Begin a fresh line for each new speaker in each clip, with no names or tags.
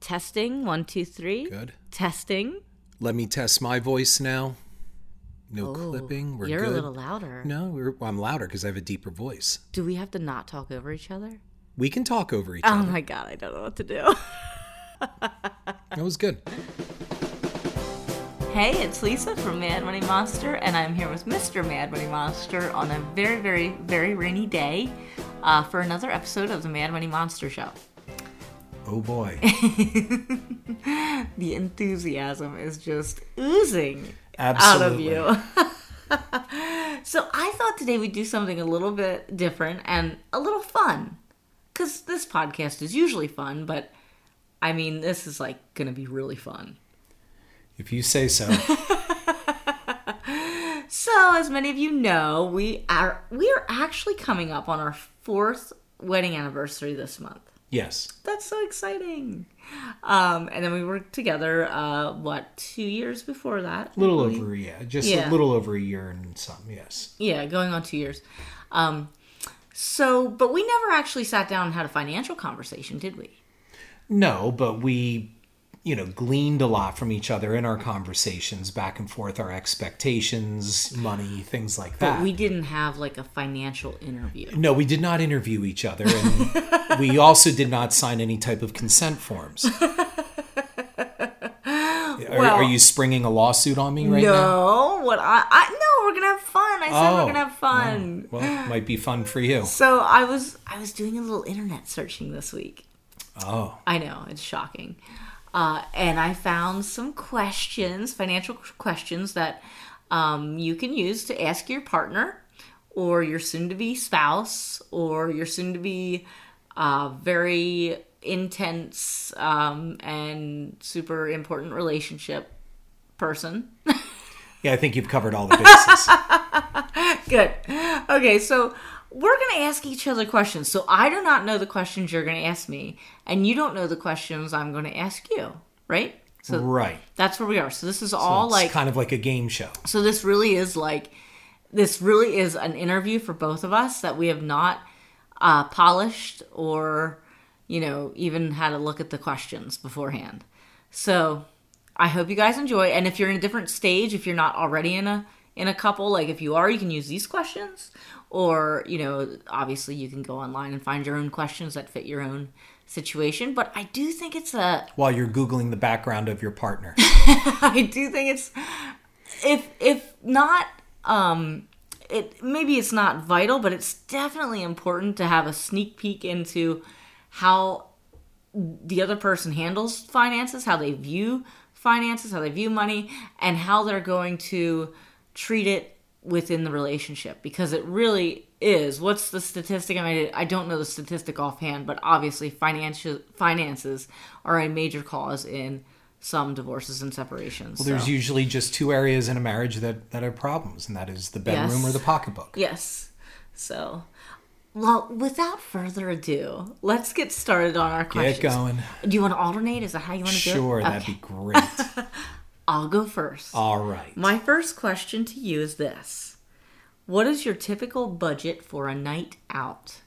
Testing. One, two, three.
Good.
Testing.
Let me test my voice now. No clipping. We're
you're
good.
a little louder.
No, we're, I'm louder because I have a deeper voice.
Do we have to not talk over each other?
We can talk over each
Oh
other.
my god, I don't know what to do.
That was good.
hey, it's Lisa from Mad Money Monster, and I'm here with Mr. Mad Money Monster on a very, very, very rainy day uh, for another episode of the Mad Money Monster Show.
Oh boy.
The enthusiasm is just oozing
Absolutely.
out of you. so I thought today we'd do something a little bit different and a little fun. Because this podcast is usually fun, but I mean, this is like going to be really fun.
If you say so.
So, as many of you know, we are we are actually coming up on our fourth wedding anniversary this month.
yes.
That's so exciting! Um, and then we were together, uh, what two years before that?
A little over, yeah. Just
Yeah.
a little over a year and some, yes.
Yeah, going on two years. Um, so, but we never actually sat down and had a financial conversation, did we?
No, but we, you know, gleaned a lot from each other in our conversations back and forth, our expectations, money, things like that.
We didn't have like a financial interview.
No, we did not interview each other, and we also did not sign any type of consent forms. are, are you springing a lawsuit on me right now?
No, what I, I no, we're gonna have fun. I said
Oh,
we're gonna have fun.
Well, it might be fun for you.
So I was I was doing a little internet searching this week.
Oh,
I know it's shocking, uh, and I found some questions, financial questions that um, you can use to ask your partner, or your soon-to-be spouse, or your soon-to-be uh, very intense um, and super important relationship person.
yeah, I think you've covered all the bases.
Good. Okay, so we're going to ask each other questions. So I do not know the questions you're going to ask me, and you don't know the questions I'm going to ask you, right? So
right.
that's where we are. So this is all
It's
like,
kind of like a game show.
so this really is like, this really is an interview for both of us that we have not uh, polished or, you know, even had a look at the questions beforehand. So I hope you guys enjoy. And if you're in a different stage, if you're not already in a in a couple, like if you are, you can use these questions, or you know, obviously you can go online and find your own questions that fit your own situation. But I do think it's a
While you're googling the background of your partner,
I do think it's if if not um it maybe it's not vital, but it's definitely important to have a sneak peek into how the other person handles finances, how they view finances, how they view money, and how they're going to treat it within the relationship because it really is what's the statistic i mean i don't know the statistic offhand but obviously financial finances are a major cause in some divorces and separations so.
there's usually just two areas in a marriage that, that are problems, and that is the bedroom
Yes.
or the pocketbook.
Yes. So, well, without further ado, let's get started on our questions.
Get going.
Do you want to alternate? Is that how you want to do it?
Sure, that'd
Okay.
be great.
I'll go first.
All right.
My first question to you is this What is your typical budget for a night out?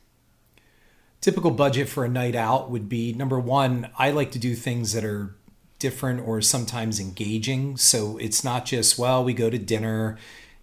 typical budget for a night out would be number one i like to do things that are different or sometimes engaging so it's not just well we go to dinner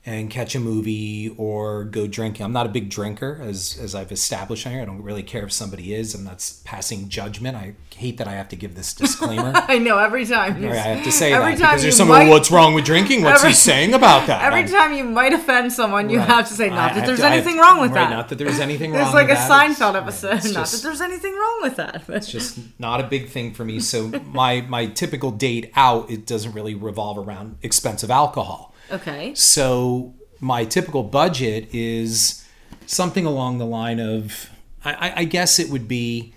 and catch a movie or go drinking i'm not a big drinker as as i've established on here i don't really care if somebody is i'm not s- passing judgment i hate that i have to give this disclaimer
I know every time. You,
Or i have to say
every time
that because there's
you
someone
might-
what's wrong with drinking what's he
Every-
saying about that
Every
I'm-
time you might offend someone, you
right.
have to say,
I
not that
have
there's
to- I have
anything
to-
wrong with
right,
that.
not that there's anything wrong
it's like a
with that. It's-
Seinfeld
yeah,
episode.
it's
not
just-
that there's anything wrong with that. but-
just not a big thing for me. So my my typical date out it doesn't really revolve around expensive alcohol.
okay.
So my typical budget is something along the line of I, I- I guess it would be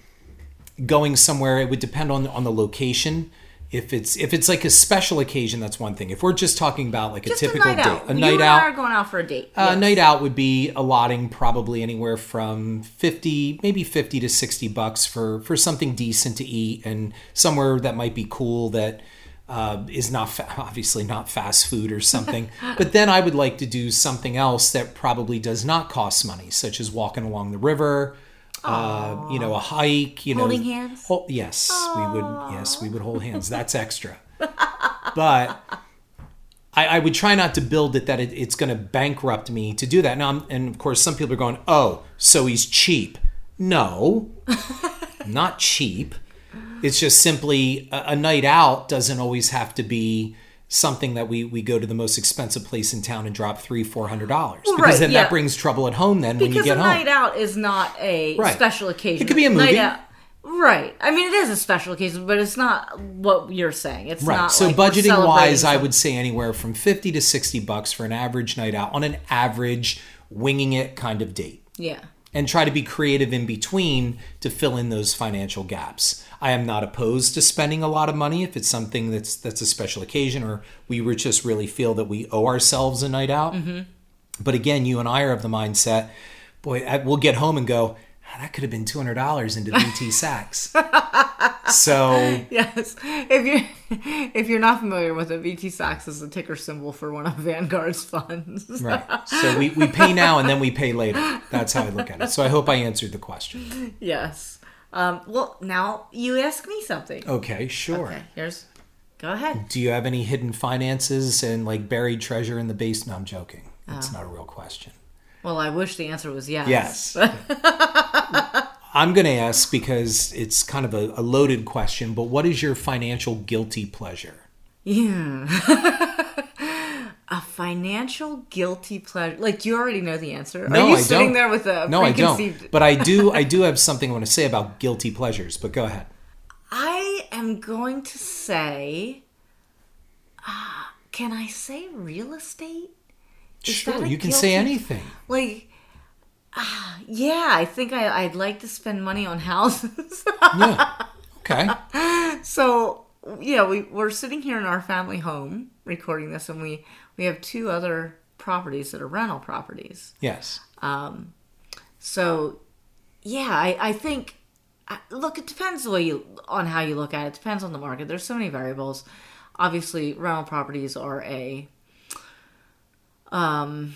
going somewhere. It would depend on on the location. If it's if it's like a special occasion, that's one thing. If we're just talking about like
Just
a typical
a night
date,
out.
a
you
night
and
out,
I are going out for a date.
a
Yes.
night out Uh, would be allotting probably anywhere from 50 maybe 50 to 60 bucks for for something decent to eat and somewhere that might be cool that uh, is not fa- obviously not fast food or something but then i would like to do something else that probably does not cost money such as walking along the river uh, you know, a hike, you
Holding
know,
hands?
hol- yes, we would. Yes, we would hold hands. That's extra. but I, I would try not to build it that it, it's going to bankrupt me to do that. Now, I'm, and of course, some people are going, "Oh, so he's cheap." No, not cheap. It's just simply a, a night out doesn't always have to be something that we we go to the most expensive place in town and drop three four hundred dollars because
right,
then
yeah.
that brings trouble at home. Then when you
Because
get
a
home,
night out is not a
Right.
special occasion.
It could be a
Night
movie.
out- right. I mean, it is a special occasion, but it's not what you're saying. It's
Right.
not.
so
like we're
budgeting wise,
celebrating
I
some-
would say anywhere from 50 to 60 bucks for an average night out on an average winging it kind of date
Yeah.
and try to be creative in between to fill in those financial gaps. I am not opposed to spending a lot of money if it's something that's that's a special occasion or we were just really feel that we owe ourselves a night out.
Mm-hmm.
But again, you and I are of the mindset, boy, I, we'll get home and go, "Ah, that could have been two hundred dollars into BT Sacks. so
Yes. If you if you're not familiar with it, VT Sacks is the ticker symbol for one of Vanguard's funds.
Right. So we, we pay now and then we pay later. That's how I look at it. So I hope I answered the question.
Yes. Um, well, now you ask me something.
Okay, sure.
Okay. Here's. Go ahead.
Do you have any hidden finances and like buried treasure in the basement? No, I'm joking.
Oh.
It's not a real question.
Well, I wish the answer was yes.
Yes. I'm going to ask because it's kind of a, a loaded question, but what is your financial guilty pleasure?
Yeah. a financial guilty pleasure. Like you already know the answer.
No,
Are you
I
sitting
don't.
there with a
No, I
preconceived
don't. But I do I do have something I want to say about guilty pleasures, but go ahead.
I am going to say ah, can I say real estate? that
Sure,
a
you can say
guilty-
anything.
Like ah, yeah, I think I, I'd like to spend money on houses.
Yeah. Okay.
so yeah, we, we're sitting here in our family home recording this and we, we have two other properties that are rental properties.
Yes.
So, yeah, I, I think. I- Look, it depends the way you on how you look at it. it. Depends on the market. There's so many variables. Obviously, rental properties are a um,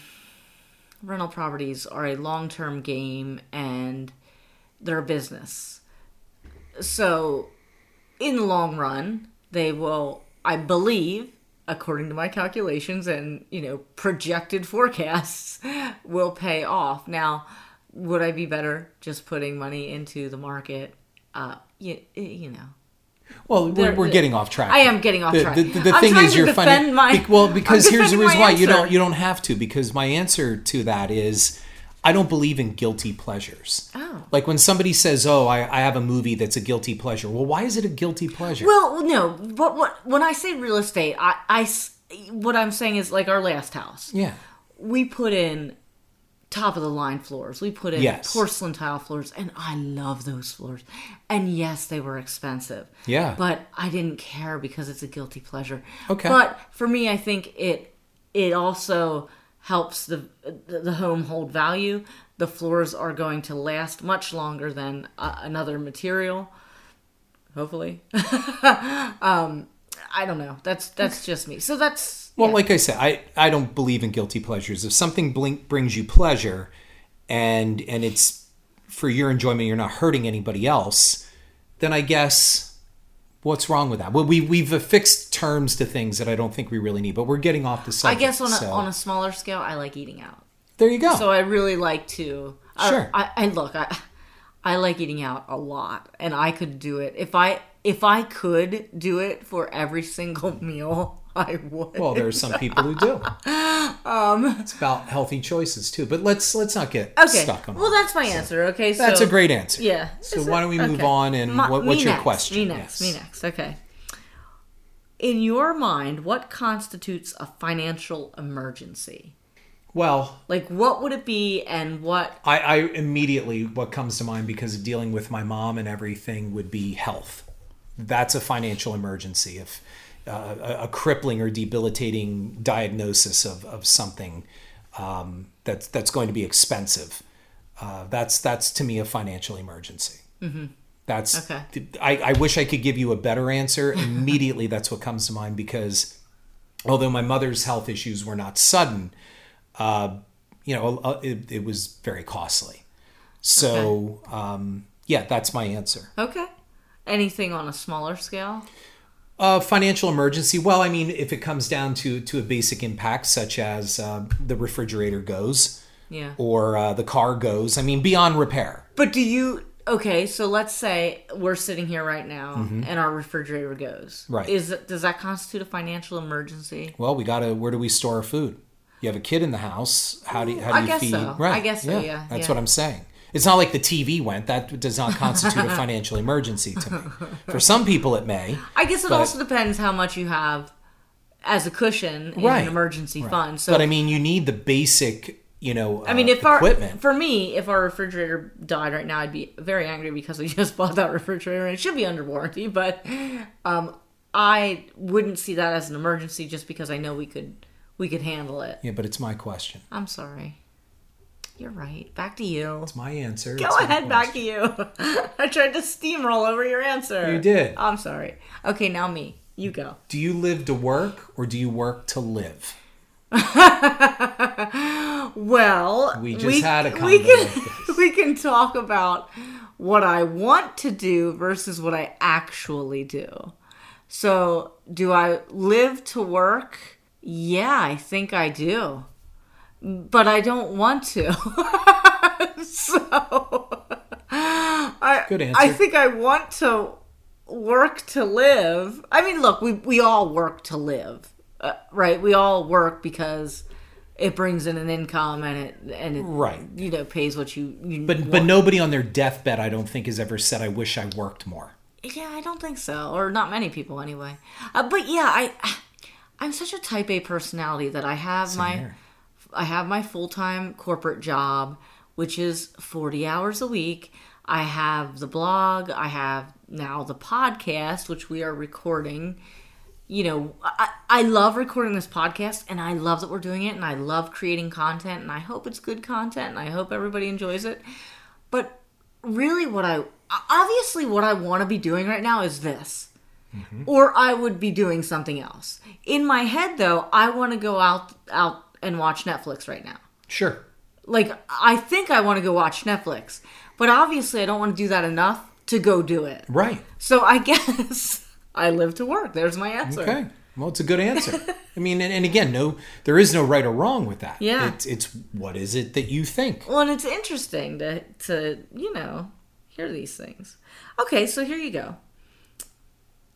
rental properties are a long term game, and they're a business. So, in the long run, they will, I believe, according to my calculations and, you know, projected forecasts, will pay off. Now, would I be better just putting money into the market? Uh, you, you know,
Well, we're,
There-
we're getting off track.
I am getting off
The,
track.
the, the, the
I'm
thing
trying
is,
to
you're
defend
funny.
my-
bec- well, because
I'm
here's the
defending
reason
my
why you
answer.
don't you don't have to. Because my answer to that is, I don't believe in guilty pleasures.
Oh.
Like when somebody says, "Oh, I, I have a movie that's a guilty pleasure." Well, why is it a guilty pleasure?
Well, no. What, what, when I say real estate, I, I s- what I'm saying is like our last house.
yeah.
we put in top of the line floors. We put in
Yes.
porcelain tile floors, and I love those floors. And yes, they were expensive.
Yeah.
But I didn't care because it's a guilty pleasure.
Okay.
But for me, I think it it also helps the the the home hold value. The floors are going to last much longer than uh, another material. Hopefully. um I don't know. That's that's just me. So that's
Well, like I said, I, I don't believe in guilty pleasures. If something blink brings you pleasure, and and it's for your enjoyment, you're not hurting anybody else, then I guess what's wrong with that? Well, we we've affixed terms to things that I don't think we really need, but we're getting off the
I
subject.
guess on a,
so-
on a smaller scale, I like eating out.
there you go.
So I really like to. I-
Sure.
I, I look. I I like eating out a lot, and I could do it if I if I could do it for every single meal. I would.
well, there are some people who do. it's about healthy choices too. But let's let's not get
Um. okay.
stuck on.
Well,
that.
that's my answer. Okay. So,
That's a great answer.
Yeah.
So
Is
why
it?
don't we move
Okay.
on and
My-
what,
me
what's your
next,
question?
Me next.
Yes.
Me next. Okay. In your mind, what constitutes a financial emergency?
Well,
Like, what would it be, and what
I, I immediately what comes to mind because of dealing with my mom and everything would be health. That's a financial emergency. If uh, a, a crippling or debilitating diagnosis of, of something um, that's that's going to be expensive, uh, that's that's to me a financial emergency. That's
Okay.
I, I wish I could give you a better answer. Immediately, that's what comes to mind because although my mother's health issues were not sudden, uh, you know, uh, it, it was very costly. So, um, yeah, that's my answer.
Okay. Anything on a smaller scale?
Uh, financial emergency. Well, I mean, if it comes down to to a basic impact, such as uh, the refrigerator goes
Yeah.
or uh, the car goes, I mean, beyond repair.
But do you okay? So let's say we're sitting here right now and our refrigerator goes.
Mm-hmm. Right.
Is it- does that constitute a financial emergency?
Well, we gotta. Where do we store our food? You have a kid in the house. How do you, how do
I
you
guess
feed?
so. I guess so, yeah,
That's
yeah.
what I'm saying. It's not like the TV went. That does not constitute a financial emergency to me. For some people, it may.
I guess it
But-
also depends how much you have as a cushion in
Right,
an emergency fund. So
but I mean, you need the basic, you know, uh,
I mean, if our
equipment.
for me, if our refrigerator died right now, I'd be very angry because I just bought that refrigerator and it should be under warranty. But um, I wouldn't see that as an emergency just because I know we could we could handle it.
yeah, but it's my question.
I'm sorry. You're right. Back to you.
It's my answer.
Go ahead, back to you. I tried to steamroll over your answer.
You did.
I'm sorry. Okay, now me. You go.
Do you live to work or do you work to live?
Well,
We just had a
we
combo
can, we can talk about what I want to do versus what I actually do. So, do I live to work? Yeah, I think I do. But I don't want to. so, I,
Good answer.
I think I want to work to live. I mean, look, we we all work to live, uh, right? We all work because it brings in an income and it and it
Right.
you know pays what you, you
But but nobody on their deathbed, I don't think, has ever said, "I wish I worked more."
yeah i don't think so or not many people anyway uh, but yeah i i'm such a type a personality that i have my
here.
i have my full-time corporate job which is 40 hours a week i have the blog i have now the podcast which we are recording you know I, I love recording this podcast and i love that we're doing it and i love creating content and i hope it's good content and i hope everybody enjoys it but really what i obviously what i want to be doing right now is this or i would be doing something else in my head though i want to go out out and watch netflix right now
Sure.
like i think i want to go watch netflix but obviously i don't want to do that enough to go do it
Right.
so i guess i live to work there's my answer
Okay. Well, it's a good answer. I mean, and, and again, no, there is no right or wrong with that.
Yeah.
It's, it's what is it that you think?
Well, and it's interesting to to you know hear these things. Okay, so here you go.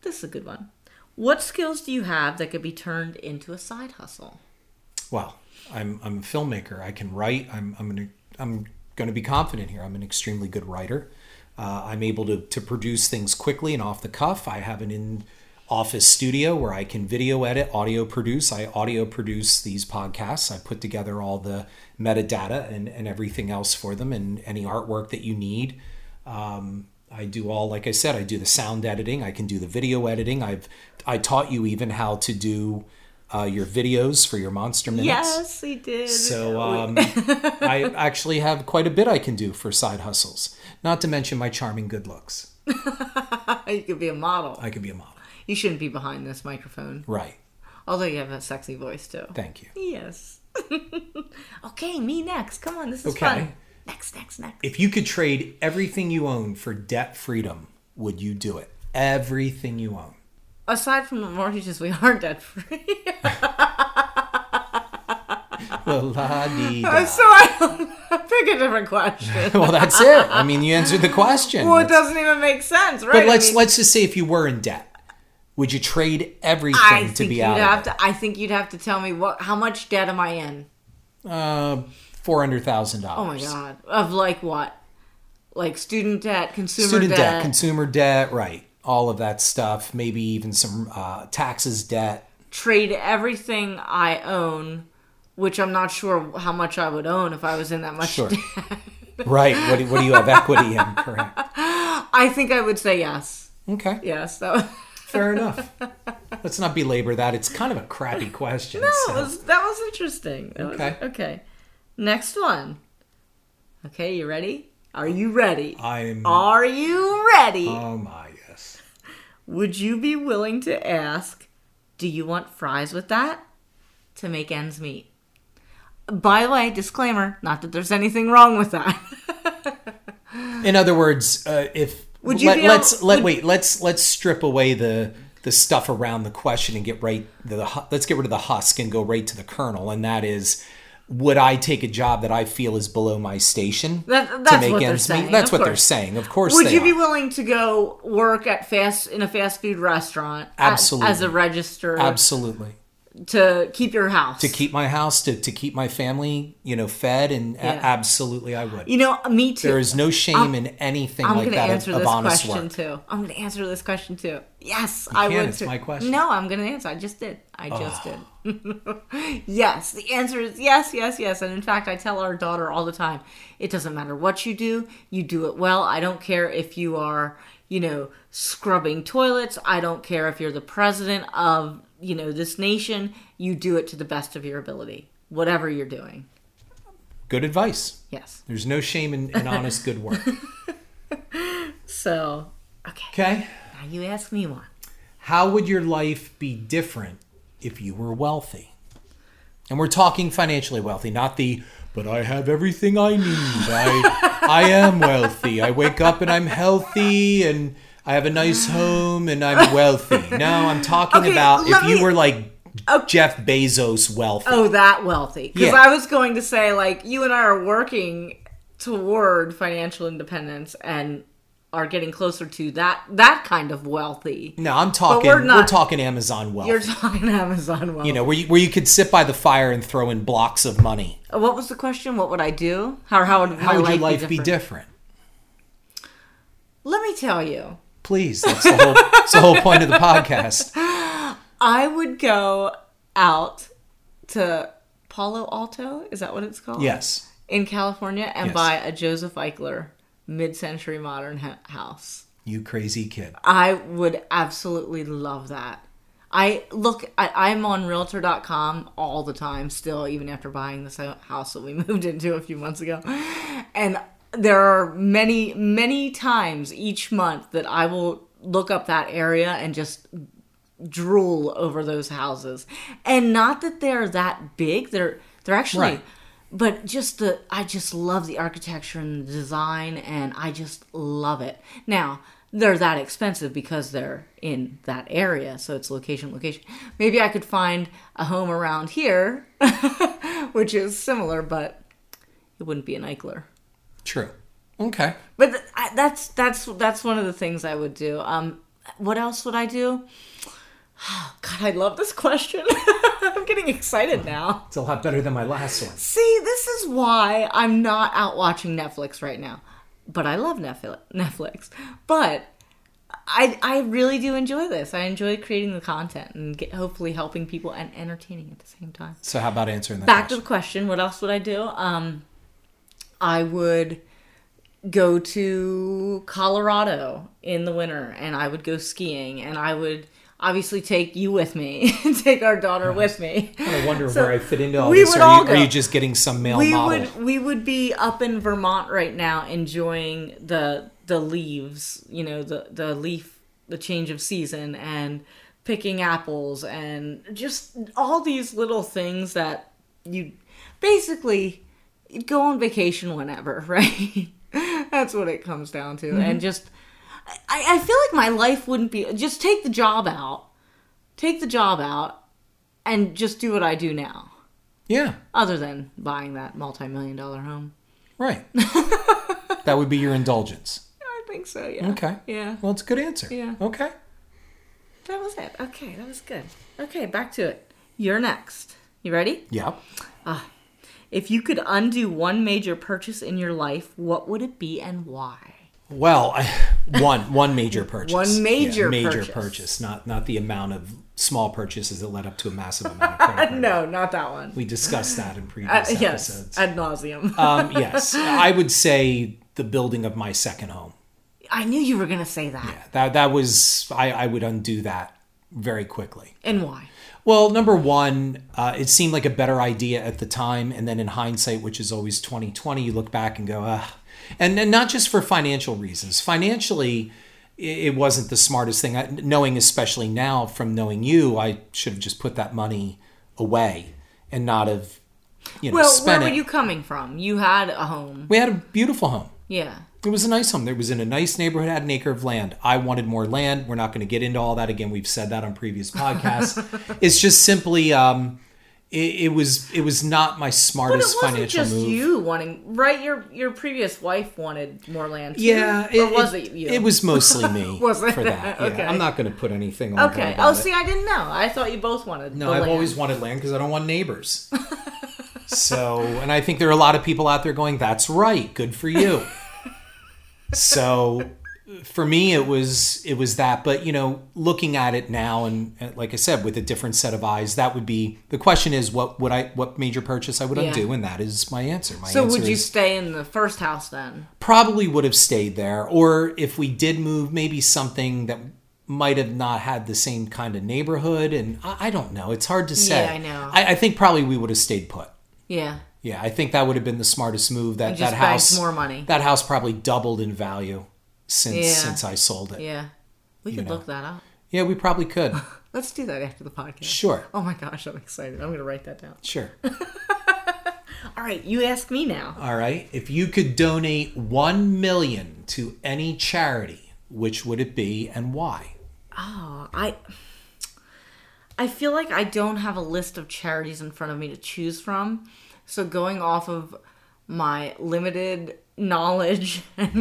This is a good one. What skills do you have that could be turned into a side hustle?
Well, I'm I'm a filmmaker. I can write. I'm I'm an, I'm going to be confident here. I'm an extremely good writer. Uh, I'm able to to produce things quickly and off the cuff. I have an in office studio where I can video edit, audio produce. I audio produce these podcasts. I put together all the metadata and and everything else for them and any artwork that you need. Um, I do all, like I said, I do the sound editing. I can do the video editing. I've I taught you even how to do uh, your videos for your monster minutes.
Yes, he did.
So um, I actually have quite a bit I can do for side hustles. Not to mention my charming good looks.
you could be a model.
I could be a model.
You shouldn't be behind this microphone.
Right.
Although you have a sexy voice too.
Thank you.
Yes. okay, me next. Come on, this is
Okay.
fun. Next, next, next.
If you could trade everything you own for debt freedom, would you do it? Everything you own.
Aside from the mortgages, we are debt free.
La la dee da.
so I pick a different question.
Well, that's it. I mean, you answered the question.
Well, it doesn't even make sense, right?
but let's
I mean,
let's just say if you were in debt, would you trade everything
I
to
think
be
you'd
out?
have
of
to. I think you'd have to tell me what, how much debt am I in?
it? Uh, four hundred thousand
Oh my
dollars.
god, of like what? Like student debt, consumer
student
debt.
debt. consumer debt, right? All of that stuff. Maybe even some uh, taxes debt.
trade everything I own, which I'm not sure how much I would own if I was in that much.
Sure.
debt.
right. What do, what do you have equity in? Correct.
I think I would say yes.
Okay.
Yes, that was,
Fair enough. Let's not belabor that. It's kind of a crappy question.
that
so-
was that was interesting. That was-
Okay.
okay. Next one. Okay, you ready? Are you ready?
I'm.
Are you ready?
Oh my yes.
Would you be willing to ask, do you want fries with that? To make ends meet. By the way, disclaimer, not that there's anything wrong with that.
In other words, uh, if
Would you
let,
be
let's
able-
let
would-
wait let's let's strip away the the stuff around the question and get right the, the hu- let's get rid of the husk and go right to the kernel, and that is. Would I take a job that I feel is below my station
That- that's what they're saying,
That's
of
what they're
course.
saying. Of course,
Would
they
you be
are.
willing to go work at fast in a fast food restaurant at-
Absolutely.
as a register
absolutely
to keep your house?
to keep my house to, to keep my family you know fed and a-
Yeah.
absolutely I would.
you know, me too.
there is no shame in anything
I'm
like
gonna
that of,
answer
of
this
honest
question
work.
too. I'm gonna answer this question too. Yes, I
can't,
would.
it's
too.
my question.
No, I'm gonna answer. I just did. I just did. yes, the answer is yes, yes, yes. And in fact, I tell our daughter all the time, it doesn't matter what you do, you do it well. I don't care if you are, you know, scrubbing toilets. I don't care if you're the president of, you know, this nation. You do it to the best of your ability, whatever you're doing.
Good advice.
Yes.
There's no shame in, in honest good work.
So, okay.
Okay.
Now you ask me one.
How would your life be different if you were wealthy? And we're talking financially wealthy, not the but I have everything I need. I I am wealthy. I wake up and I'm healthy and I have a nice home and I'm wealthy. No, I'm talking
Okay,
about if
let
you
me-
were like Jeff Bezos wealthy.
Oh, that wealthy. Because
Yeah.
I was going to say, like, you and I are working toward financial independence and are getting closer to that that kind of wealthy.
No, I'm talking
we're
we're,
not-
talking Amazon wealth.
You're talking Amazon wealth.
you know, where you, where you could sit by the fire and throw in blocks of money.
what was the question? What would I do? How how would,
How
my
would your life
be
be
different?
different?
Let me tell you.
Please, that's the whole that's the whole point of the podcast.
I would go out to Palo Alto, is that what it's called?
Yes.
In California and
Yes.
buy a Joseph Eichler mid-century modern ha- house.
You crazy kid.
I would absolutely love that. I look, I, I'm on realtor.com all the time still, even after buying this house that we moved into a few months ago. And there are many, many times each month that I will look up that area and just drool over those houses. And not that they're that big, they're they're actually
Right.
but just the I just love the architecture and the design and I just love it. Now, they're that expensive because they're in that area, so it's location location. Maybe I could find a home around here which is similar but it wouldn't be an Eichler.
True. Okay.
But th- I, that's that's that's one of the things I would do. Um, what else would I do? God, I love this question. I'm getting excited now.
It's a lot better than my last one.
See, this is why I'm not out watching Netflix right now. But I love Netfli- Netflix. But I I really do enjoy this. I enjoy creating the content and get, hopefully helping people and entertaining at the same time
So how about answering that?
back to
question?
the question what else would i do um i would go to colorado in the winter and i would go skiing and i would obviously take you with me take our daughter with me
I wonder
So,
where I fit into all
we
this.
would
are,
all
you, are
go.
you just getting some male
we
model?
would we would be up in vermont right now enjoying the the leaves you know the the leaf the change of season and picking apples and just all these little things that you basically you'd go on vacation whenever right that's what it comes down to and just I, I feel like my life wouldn't be just take the job out take the job out and just do what i do now
Yeah.
other than buying that multi-million dollar home.
Right. that would be your indulgence.
I think so, yeah.
Okay.
Yeah.
Well, it's a good answer.
Yeah.
Okay.
That was it. Okay, that was good. Okay, back to it. You're next. You ready?
Yeah.
If you could undo one major purchase in your life, what would it be and why?
Well, I, one one major purchase.
One major
major
purchase.
not not the amount of small purchases that led up to a massive amount of credit. card debt.
No, not that one.
we discussed that in previous
Uh, yes,
episodes.
ad nauseum.
um, yes, I would say the building of my second home.
I knew you were gonna say that.
That that was I, I would undo that very quickly.
And why?
Well, number one, uh, it seemed like a better idea at the time, and then in hindsight, which is always twenty twenty, you look back and go, ah, and, and not just for financial reasons. Financially, i- it wasn't the smartest thing. I, knowing, especially now, from knowing you, I should have just put that money away and not have, you know,
Well,
spent
where were
it.
you coming from? You had a home.
we had a beautiful home.
Yeah.
It was a nice home. It was in a nice neighborhood, had an acre of land. I wanted more land. We're not going to get into all that again. We've said that on previous podcasts. it's just simply, um, it, it was it was not
But
my
it
smartest
wasn't
financial
just
move.
you wanting, right? Your your previous wife wanted more land. Too,
Yeah,
or was it, you?
It was mostly me
Was it?
for that. Yeah,
Okay.
I'm not going to put anything on. her
Okay.
about
Oh,
it.
see, I didn't know. I thought you both wanted.
No,
the
I've
land.
always wanted land because I don't want neighbors. so, and I think there are a lot of people out there going, "That's right, good for you." so, for me, it was it was that. But you know, looking at it now, and, and like I said, with a different set of eyes, that would be the question: is what would I what major purchase I would
Yeah.
undo? And that is my answer. My
So
answer
would you
is-
stay in the first house then?
probably would have stayed there or if we did move maybe something that might have not had the same kind of neighborhood and i, I don't know it's hard to say
Yeah, I know.
I, I think probably we would have stayed put
Yeah.
yeah i think that would have been the smartest move that
just
that
banked
house
more money.
that house probably doubled in value since
Yeah.
since i sold it yeah,
Yeah. We could
know.
look that up.
we probably could
Let's do that after the podcast.
sure
Oh my gosh, I'm excited. I'm going to write that down.
sure
All right, you ask me now.
all right if you could donate 1 million to any charity which would it be and why
Oh, I I feel like I don't have a list of charities in front of me to choose from. So going off of my limited knowledge and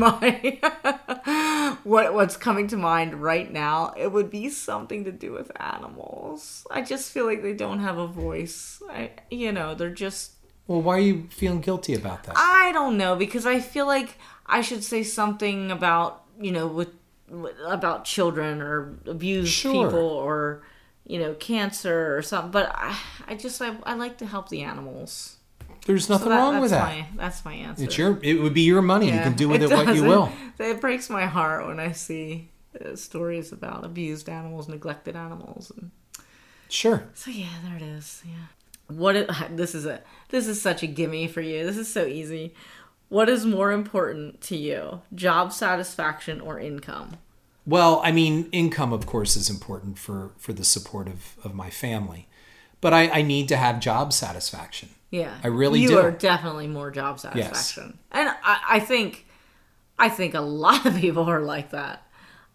my what what's coming to mind right now, it would be something to do with animals. I just feel like they don't have a voice. I you know, they're just
well why are you feeling guilty about that
I don't know because I feel like I should say something about you know with, with about children or abused
Sure.
people or you know cancer or something. But I, I just I, I like to help the animals.
There's nothing
So that-
wrong
that's
with that.
My, that's my answer.
It's your. It would be your money. You
Yeah,
can do with it, what you
doesn't-
will.
It breaks my heart when I see uh, stories about abused animals, neglected animals, and
Sure.
so yeah, there it is. Yeah. What is, this is a this is such a gimme for you. This is so easy. What is more important to you? Job satisfaction or income?
Well, I mean, income, of course, is important for for the support of of my family, but I, I need to have job satisfaction.
Yeah.
I really
you
do.
are definitely more job satisfaction. And I, I think I think a lot of people are like that.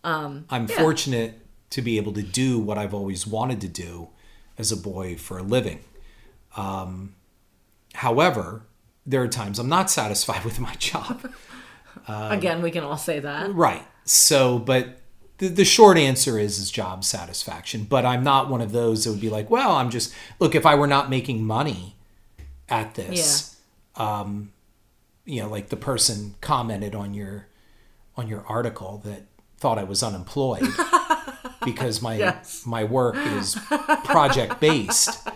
I'm fortunate to be able to do what I've always wanted to do as a boy for a living. Um, however, there are times I'm not satisfied with my job. Um,
Again, we can all say that.
Right. So, but the, the short answer is is job satisfaction. But I'm not one of those that would be like, well, I'm just look. If I were not making money at this, um, you know, like the person commented on your on your article that thought I was unemployed because my
Yes.
my work is project based.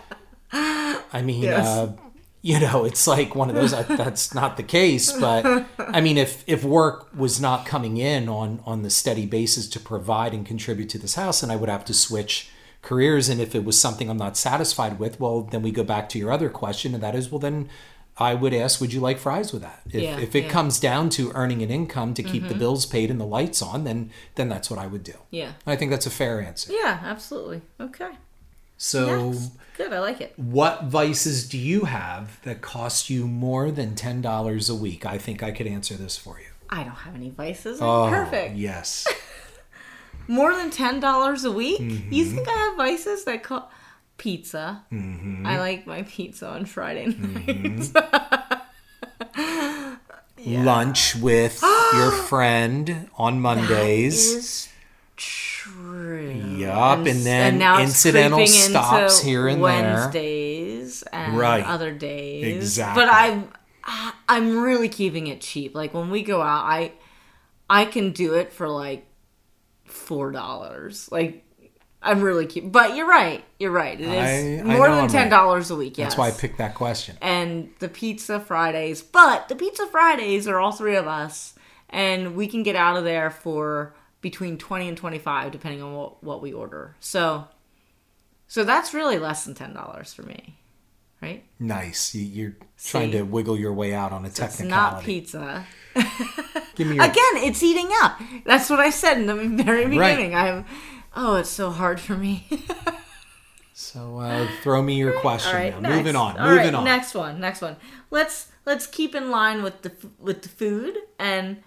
I mean,
Yes.
uh, you know, it's like one of those. I, that's not the case, but I mean, if if work was not coming in on on the steady basis to provide and contribute to this house, then I would have to switch careers. And if it was something I'm not satisfied with, well, then we go back to your other question, and that is, well, then I would ask, would you like fries with that? If,
Yeah,
if it
yeah. Mm-hmm.
comes down to earning an income to keep the bills paid and the lights on, then then that's what I would do.
Yeah.
I think that's a fair answer.
Yeah, absolutely. Okay.
So.
Yes. Good. I like it.
What vices do you have that cost you more than $10 a week? I think I could answer this for you.
I don't have any vices. I'm
Oh,
perfect.
Yes.
more than ten dollars a week. You
Mm-hmm.
think I have vices that call pizza?
Mm-hmm.
I like my pizza on Friday
Mm.
night.
Lunch with your friend on Mondays.
Is true.
Yup, and,
s-
then
now it's
incidental
creeping into
stops here and there.
Wednesdays and
Right.
other days.
Exactly.
But I'm I- I'm really keeping it cheap. Like when we go out, I I can do it for like four dollars. Like I'm really keep. But you're right. You're right. It is
I- I
more
know
than
I'm
ten
right.
dollars a week. Yes.
That's why I picked that question.
and the pizza Fridays. But the pizza Fridays are all three of us, and we can get out of there for between twenty and twenty five, depending on what, what we order. So, so that's really less than ten dollars for me, right?
Nice. You, you're trying
See.
to wiggle your way out on a
It's not
technicality.
pizza.
Give me your
Again, it's eating up. That's what I said in the very beginning. I'm, oh, it's so hard for me.
So uh, throw me your question.
All right,
now.
next.
Moving on.
All
moving
right,
on.
Next one. Next one. Let's let's keep in line with the f- with the food. And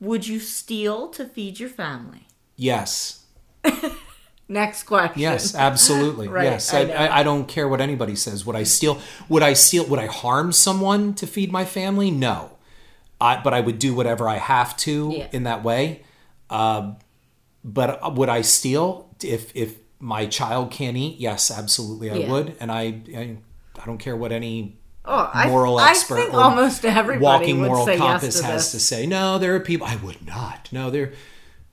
would you steal to feed your family?
Yes.
Next question.
Yes, absolutely.
Right,
yes,
I
I,
know.
I, I don't care what anybody says. Would I steal? Would I steal? Would I harm someone to feed my family? No, I, but I would do whatever I have to
Yeah.
in that way. Um, but would I steal if if my child can't eat? Yes, absolutely, I
Yeah.
would, and I, I I don't care what any
Oh, I,
Moral
I
expert
think
or
almost everybody
walking
would
moral
say
compass
yes to this.
has to say no. There are people I would not. No, there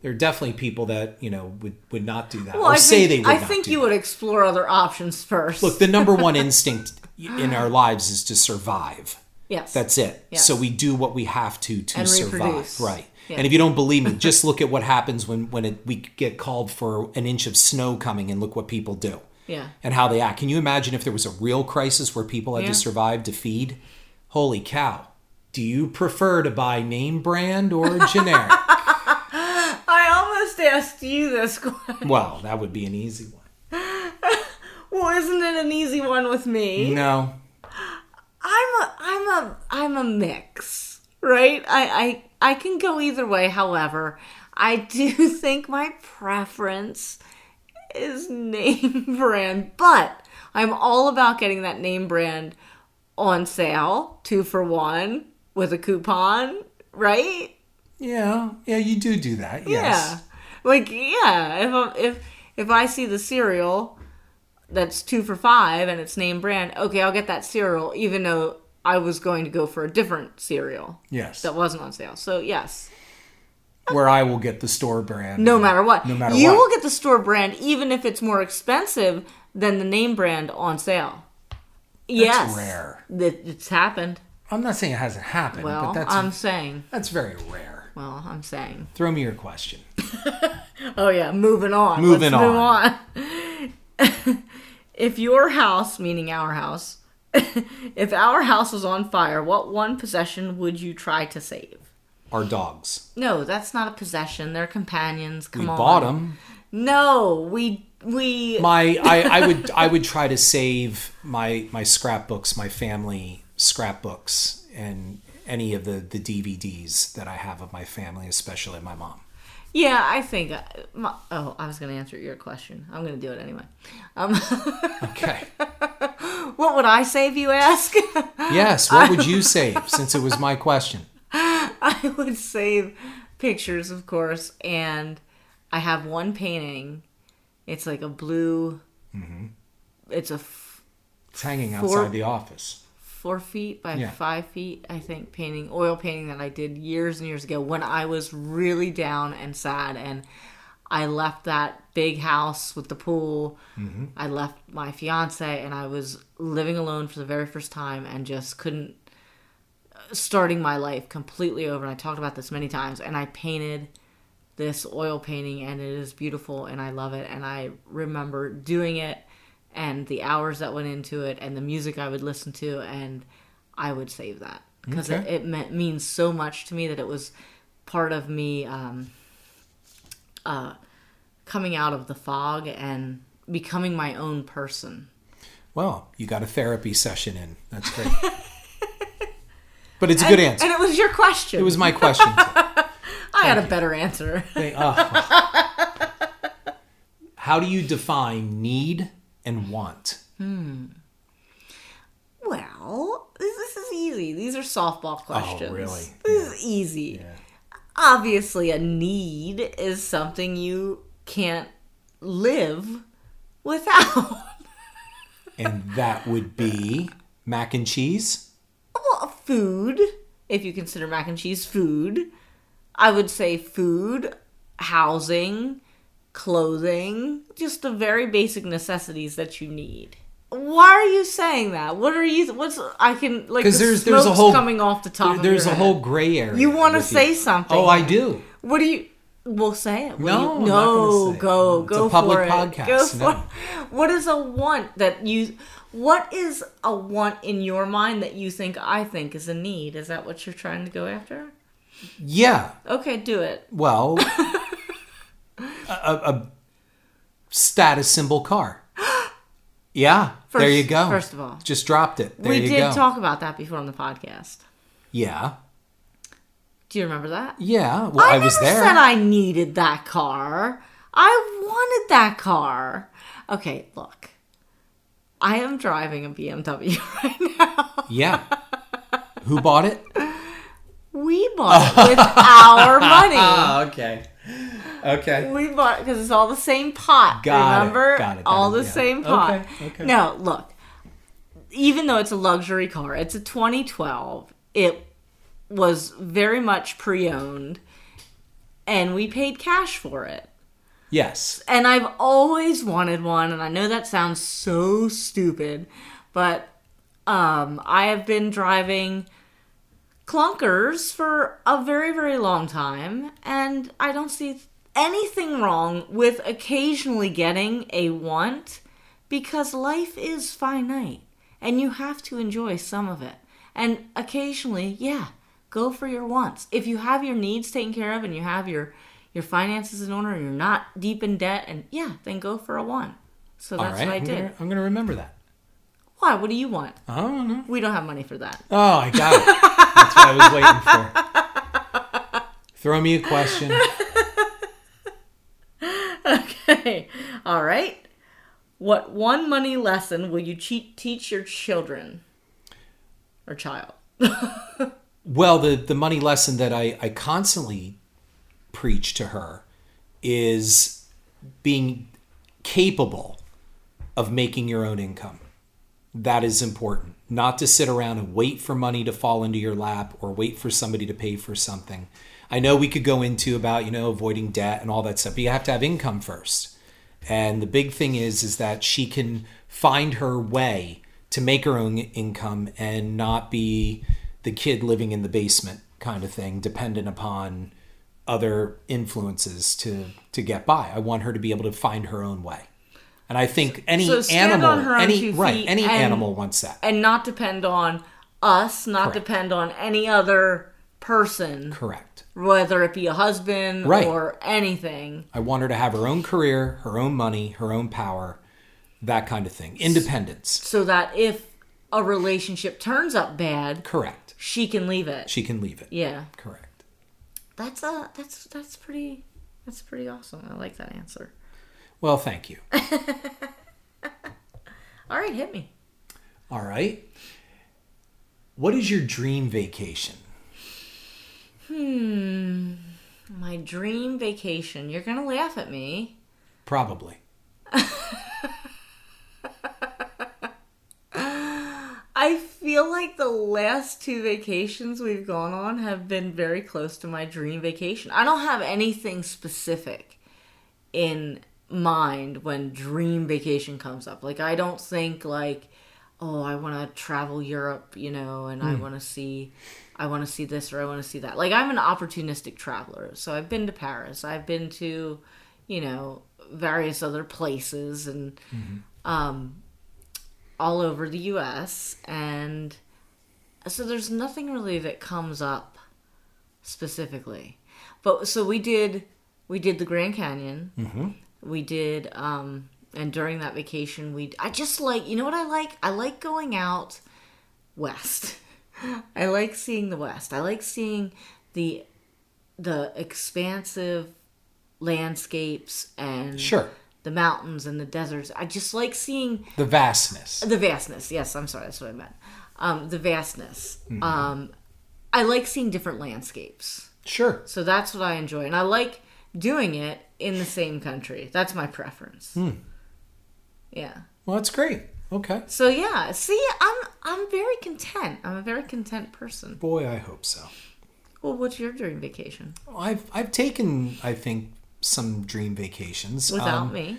there are definitely people that you know would would not do that
Well,
or
I
say
think,
they would.
I
not
think
do
you
that.
would explore other options first.
Look, the number one instinct in our lives is to survive.
yes,
That's it.
Yes.
So we do what we have to to
And
survive,
reproduce.
right?
Yeah.
And if you don't believe me, just look at what happens when when it, we get called for an inch of snow coming, and look what people do
yeah.
and how they act. Can you imagine if there was a real crisis where people had
Yeah.
to survive to feed? Holy cow! Do you prefer to buy name brand or generic?
I almost asked you this question.
well, that would be an easy one.
Well, isn't it an easy one with me?
No,
I'm a I'm a I'm a mix, right? I I I can go either way. However, I do think my preference is name brand, but I'm all about getting that name brand on sale, two for one with a coupon, right?
yeah, yeah, you do do that. Yes.
Yeah. Like yeah, if I'm, if if I see the cereal that's 2 for 5 and it's name brand, okay, I'll get that cereal even though I was going to go for a different cereal
Yes.
that wasn't on sale. So, yes.
where I will get the store brand.
No matter what.
No matter
you
what.
will get the store brand even if it's more expensive than the name brand on sale. yes.
rare.
That- it's happened.
I'm not saying it hasn't happened,
Well,
but that's
I'm saying.
that's very rare.
Well, I'm saying.
Throw me your question.
Oh yeah, moving on.
Moving
Let's Move on. if your house, meaning our house, if our house was on fire, what one possession would you try to save?
Our dogs.
No, that's not a possession. They're companions. Come
We
on.
bought them.
No, we we
My I, I would I would try to save my my scrapbooks, my family scrapbooks, and any of the the DVDs that I have of my family, especially my mom.
Yeah, I think my, Oh, I was going to answer your question. I'm going to do it anyway. Um
Okay.
what would I save you ask?
Yes. What would you save? Since it was my question.
I would save pictures, of course, and I have one painting. It's like a blue. It's a f-
It's hanging
Four-
outside the office.
four feet by
Yeah.
five feet, I think, painting, oil painting that I did years and years ago when I was really down and sad. And I left that big house with the pool. I left my fiance and I was living alone for the very first time and just couldn't, starting my life completely over. And I talked about this many times. And I painted this oil painting and it is beautiful and I love it and I remember doing it and the hours that went into it and the music I would listen to and I would save that because it,
Okay.
it meant, means so much to me that it was part of me um, uh, coming out of the fog and becoming my own person.
Well, you got a therapy session in. That's great. but it's a good answer.
And it was your question.
It was my question. too.
I had a better answer.
They- oh. How do you define need and want?
Well, this, this is easy. These are softball questions.
Oh, really?
This is easy. Obviously, a need is something you can't live without.
And that would be mac and cheese.
well, food, if you consider mac and cheese food, I would say food, housing, clothing, just the very basic necessities that you need. Why are you saying that? What are you? What's I can like?
'Cause
the
there's- there's a
smoke's
whole-
coming off the top. of
There's
your
a
head.
whole gray area.
You wanna
with
say something.
Oh, I do.
What do you? We'll say it. What do
No,
you-
I'm not
no,
gonna say it.
go,
It's a
go
public
for it.
podcast,
Go for
no.
it. What is a want that you? What is a want in your mind that you think I think is a need? Is that what you're trying to go after?
Yeah.
Okay, do it.
Well, a, a- a status symbol car. Yeah,
First-
there you go.
first of all.
just dropped it. There
we
you
did
go.
talk about that before on the podcast.
yeah,
Do you remember that?
yeah. Well, I, was
never
there.
said I needed that car. I wanted that car. Okay, look. I am driving a BMW right now.
yeah. Who bought it?
We bought it with our money.
Ah, okay. Okay.
We bought because it's all the same pot.
Got it,
remember?
got it, got
all
it,
the
yeah.
same pot.
Okay, okay.
No, look. Even though it's a luxury car, it's a 2012. It was very much pre-owned, and we paid cash for it.
Yes.
and I've always wanted one, and I know that sounds so stupid, but um, I have been driving clunkers for a very, very long time, and I don't see anything wrong with occasionally getting a want because life is finite and you have to enjoy some of it. And occasionally, yeah, go for your wants. If you have your needs taken care of and you have your your finances in order and you're not deep in debt and yeah, then go for a want. So
All
that's
right.
what I
I'm
did.
gonna, I'm gonna remember that.
Why? What do you want?
I don't know.
We don't have money for that.
Oh, I got it. That's what I was waiting for. Throw me a question.
Okay. All right. What one money lesson will you cheat, teach your children or child?
Well, the the money lesson that I I constantly preach to her is being capable of making your own income. That is important. Not to sit around and wait for money to fall into your lap or wait for somebody to pay for something. I know we could go into about, you know, avoiding debt and all that stuff, but you have to have income first. And the big thing is is that she can find her way to make her own income and not be the kid living in the basement kind of thing, dependent upon other influences to to get by. I want her to be able to find her own way. And I think any
So stand
animal,
on her own
any
two
right,
feet
any
and-
animal wants that.
And not depend on us, not
Correct.
depend on any other person,
Correct.
whether it be a husband
Right.
or anything.
I want her to have her own career, her own money, her own power, that kind of thing. Independence.
So that if a relationship turns up bad,
Correct.
she can leave it.
She can leave it.
yeah.
Correct.
That's a that's that's pretty that's pretty awesome. I like that answer.
Well, thank you.
All right, hit me.
All right. What is your dream vacation?
My dream vacation. You're going to laugh at me.
Probably.
I feel like the last two vacations we've gone on have been very close to my dream vacation. I don't have anything specific in mind when dream vacation comes up. Like I don't think like oh, I want to travel Europe, you know, and I want to see I want to see this or I want to see that. Like I'm an opportunistic traveler. So I've been to Paris. I've been to, you know, various other places and um all over the US and so there's nothing really that comes up specifically. But so we did we did the Grand Canyon. We did um and during that vacation we I just like you know what I like? I like going out west. I like seeing the west. I like seeing the the expansive landscapes and
Sure.
the mountains and the deserts. I just like seeing
The vastness.
the vastness. Yes, I'm sorry. That's what I meant. Um, the vastness.
Mm-hmm.
Um, I like seeing different landscapes.
Sure.
So that's what I enjoy. And I like doing it in the same country. That's my preference.
Hmm.
Yeah.
Well, that's great. Okay.
So yeah, see, I'm I'm very content. I'm a very content person.
Boy, I hope so.
Well, what's your dream vacation
I've I've taken I think some dream vacations.
without
Um,
me?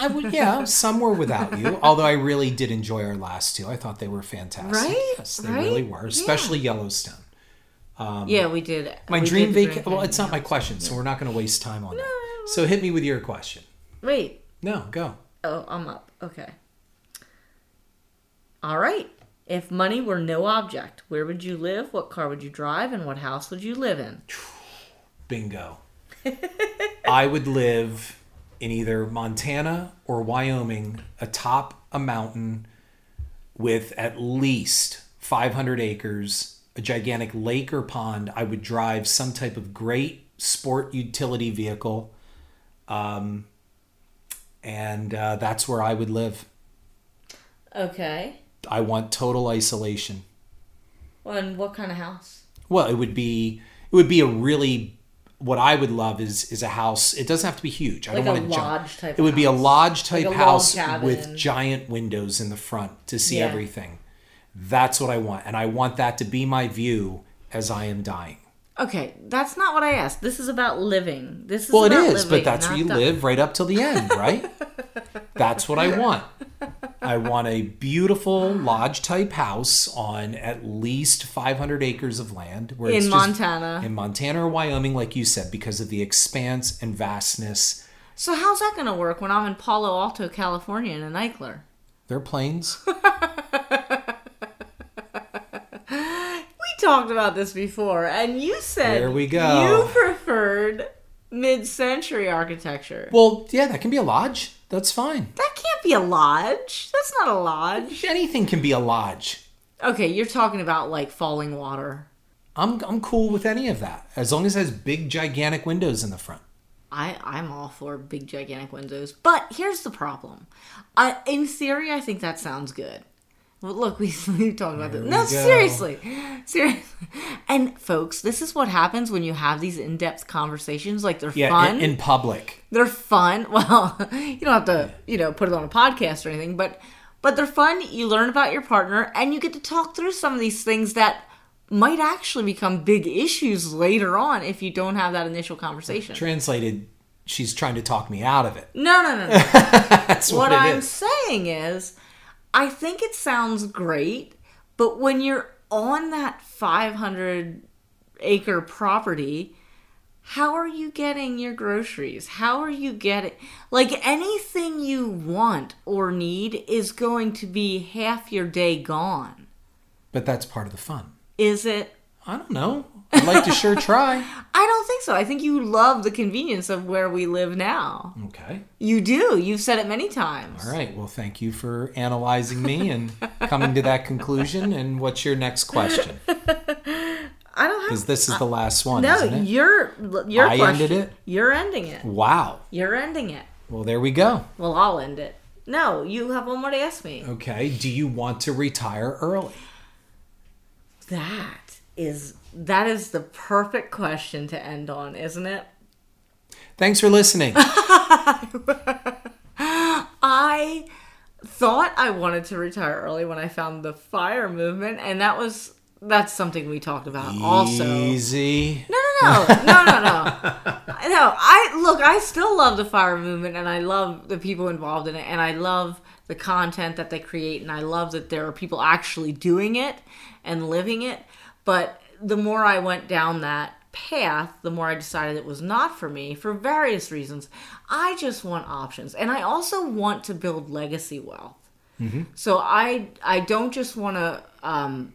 I would, yeah, some were without you. Although I really did enjoy our last two. I thought they were fantastic.
Right?
Yes, they
Right?
really were, especially Yellowstone.
yeah, we did.
um, My
we
dream
did the
vacation. Well, it's not my question, so we're not going to waste time on that. So hit me with your question.
Wait.
No, go.
Oh, I'm up. Okay. All right. If money were no object, where would you live? What car would you drive? And what house would you live in?
Bingo. I would live in either Montana or Wyoming atop a mountain with at least 500 acres, a gigantic lake or pond. I would drive some type of great sport utility vehicle. Um, and uh, that's where I would live.
Okay.
I want total isolation.
Well, and what kind of house?
Well, it would be it would be a really what I would love is is a house. It doesn't have to be huge. I
Like
don't
a
want to jump.
lodge type.
It would be a
house.
lodge type
Like a log
house
cabin.
with giant windows in the front to see
Yeah.
everything. That's what I want, and I want that to be my view as I am dying.
Okay, that's not what I asked. This is about living. This is
Well, it
about
is,
living,
but that's where
not
you
di-
live right up till the end, right? that's what I want. I want a beautiful lodge type house on at least 500 acres of land where it's
in
just-
Montana.
in Montana or Wyoming, like you said, because of the expanse and vastness.
so how's that going to work when I'm in Palo Alto, California, in an Eichler?
Their planes.
We talked about this before, and you said
There we go.
you preferred mid-century architecture.
well, yeah, that can be a lodge. That's fine.
that can't be a lodge. That's not a lodge.
Anything can be a lodge.
Okay, you're talking about like falling water.
I'm I'm cool with any of that as long as it has big gigantic windows in the front.
I, I'm all for big gigantic windows, but here's the problem. I, in theory, I think that sounds good. Well, look, we, we've talked about this.
we
No,
go.
seriously, seriously. And folks, this is what happens when you have these in-depth conversations. Like they're
Yeah,
fun.
in, in public.
they're fun. Well, you don't have to, you know, put it on a podcast or anything, but but they're fun. You learn about your partner, and you get to talk through some of these things that might actually become big issues later on if you don't have that initial conversation.
Translated, she's trying to talk me out of it.
No, no, no, no.
That's
what
what, it
I'm
is.
saying is, I think it sounds great, but when you're on that 500 acre property, how are you getting your groceries? How are you getting like anything you want or need is going to be half your day gone?
But that's part of the fun.
Is it?
I don't know. I'd like to sure try.
I don't think so. I think you love the convenience of where we live now.
Okay.
You do. You've said it many times.
All right. Well, thank you for analyzing me and coming to that conclusion. And what's your next question?
I don't have
Because this is the last one,
No,
isn't it?
you're you're
I
question-
ended it?
You're ending it.
Wow.
You're ending it.
Well, there we go.
Well, I'll end it. No, you have one more to ask me.
Okay. Do you want to retire early?
That is that is the perfect question to end on, isn't it?
Thanks for listening.
I thought I wanted to retire early when I found the fire movement, and that was that's something we talked about also.
Easy.
No, no, no, no, no, no. No, I look. I still love the fire movement, and I love the people involved in it, and I love the content that they create, and I love that there are people actually doing it and living it. But the more I went down that path, the more I decided it was not for me for various reasons. I just want options, and I also want to build legacy wealth. So I I don't just want to um,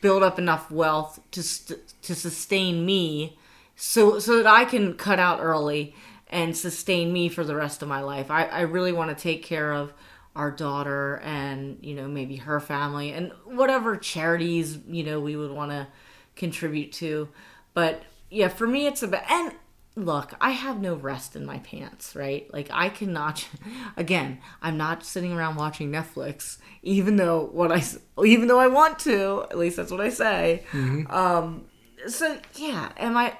build up enough wealth to st- to sustain me, so so that I can cut out early and sustain me for the rest of my life. I I really want to take care of our daughter and you know maybe her family and whatever charities you know we would want to contribute to. But yeah, for me it's about and look, I have no rest in my pants, right? Like I cannot again, I'm not sitting around watching Netflix even though what I s- even though I want to, at least that's what I say. Um so yeah, am I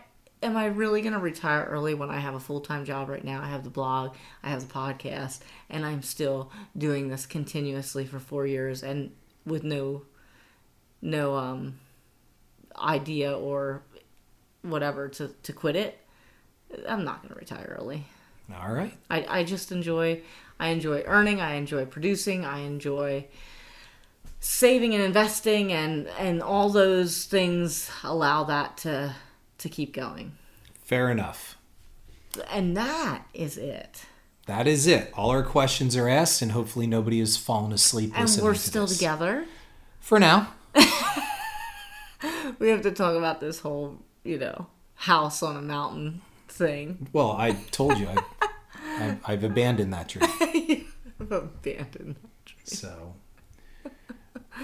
am I really going to retire early when I have a full-time job right now? I have the blog, I have the podcast, and I'm still doing this continuously for 4 years and with no no um idea or whatever to to quit it i'm not going to retire early
All right.
I, I just enjoy i enjoy earning i enjoy producing i enjoy saving and investing and and all those things allow that to to keep going
Fair enough.
and that is it
That is it. All our questions are asked, and hopefully nobody has fallen asleep
and
listening
we're
to
still
this.
together
For now.
we have to talk about this whole you know house on a mountain thing
Well, I told you. I I've, I've abandoned that dream.
Abandoned.
So,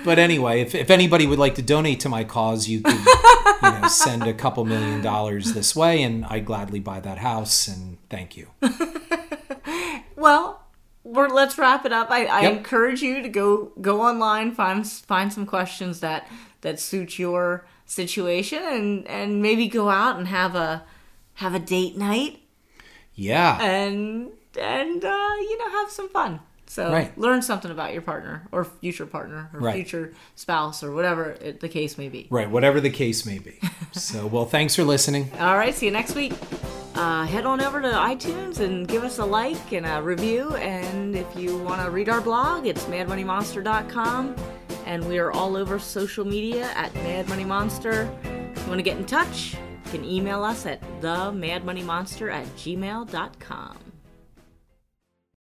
but anyway, if, if anybody would like to donate to my cause, you could you know, send a couple million dollars this way, and I gladly buy that house. And thank you.
Well, we're, let's wrap it up. I, I
Yep.
encourage you to go go online, find find some questions that that suit your situation, and and maybe go out and have a have a date night
Yeah,
and and uh, you know have some fun. So
Right.
learn something about your partner or future partner or
Right.
future spouse or whatever it, the case may be.
right. Whatever the case may be. So, well, thanks for listening.
All right, see you next week. Uh, head on over to iTunes and give us a like and a review. And if you want to read our blog, it's madmoneymonster.com. And we are all over social media at Mad Money Monster. If you want to get in touch, you can email us at themadmoneymonster at gmail.com.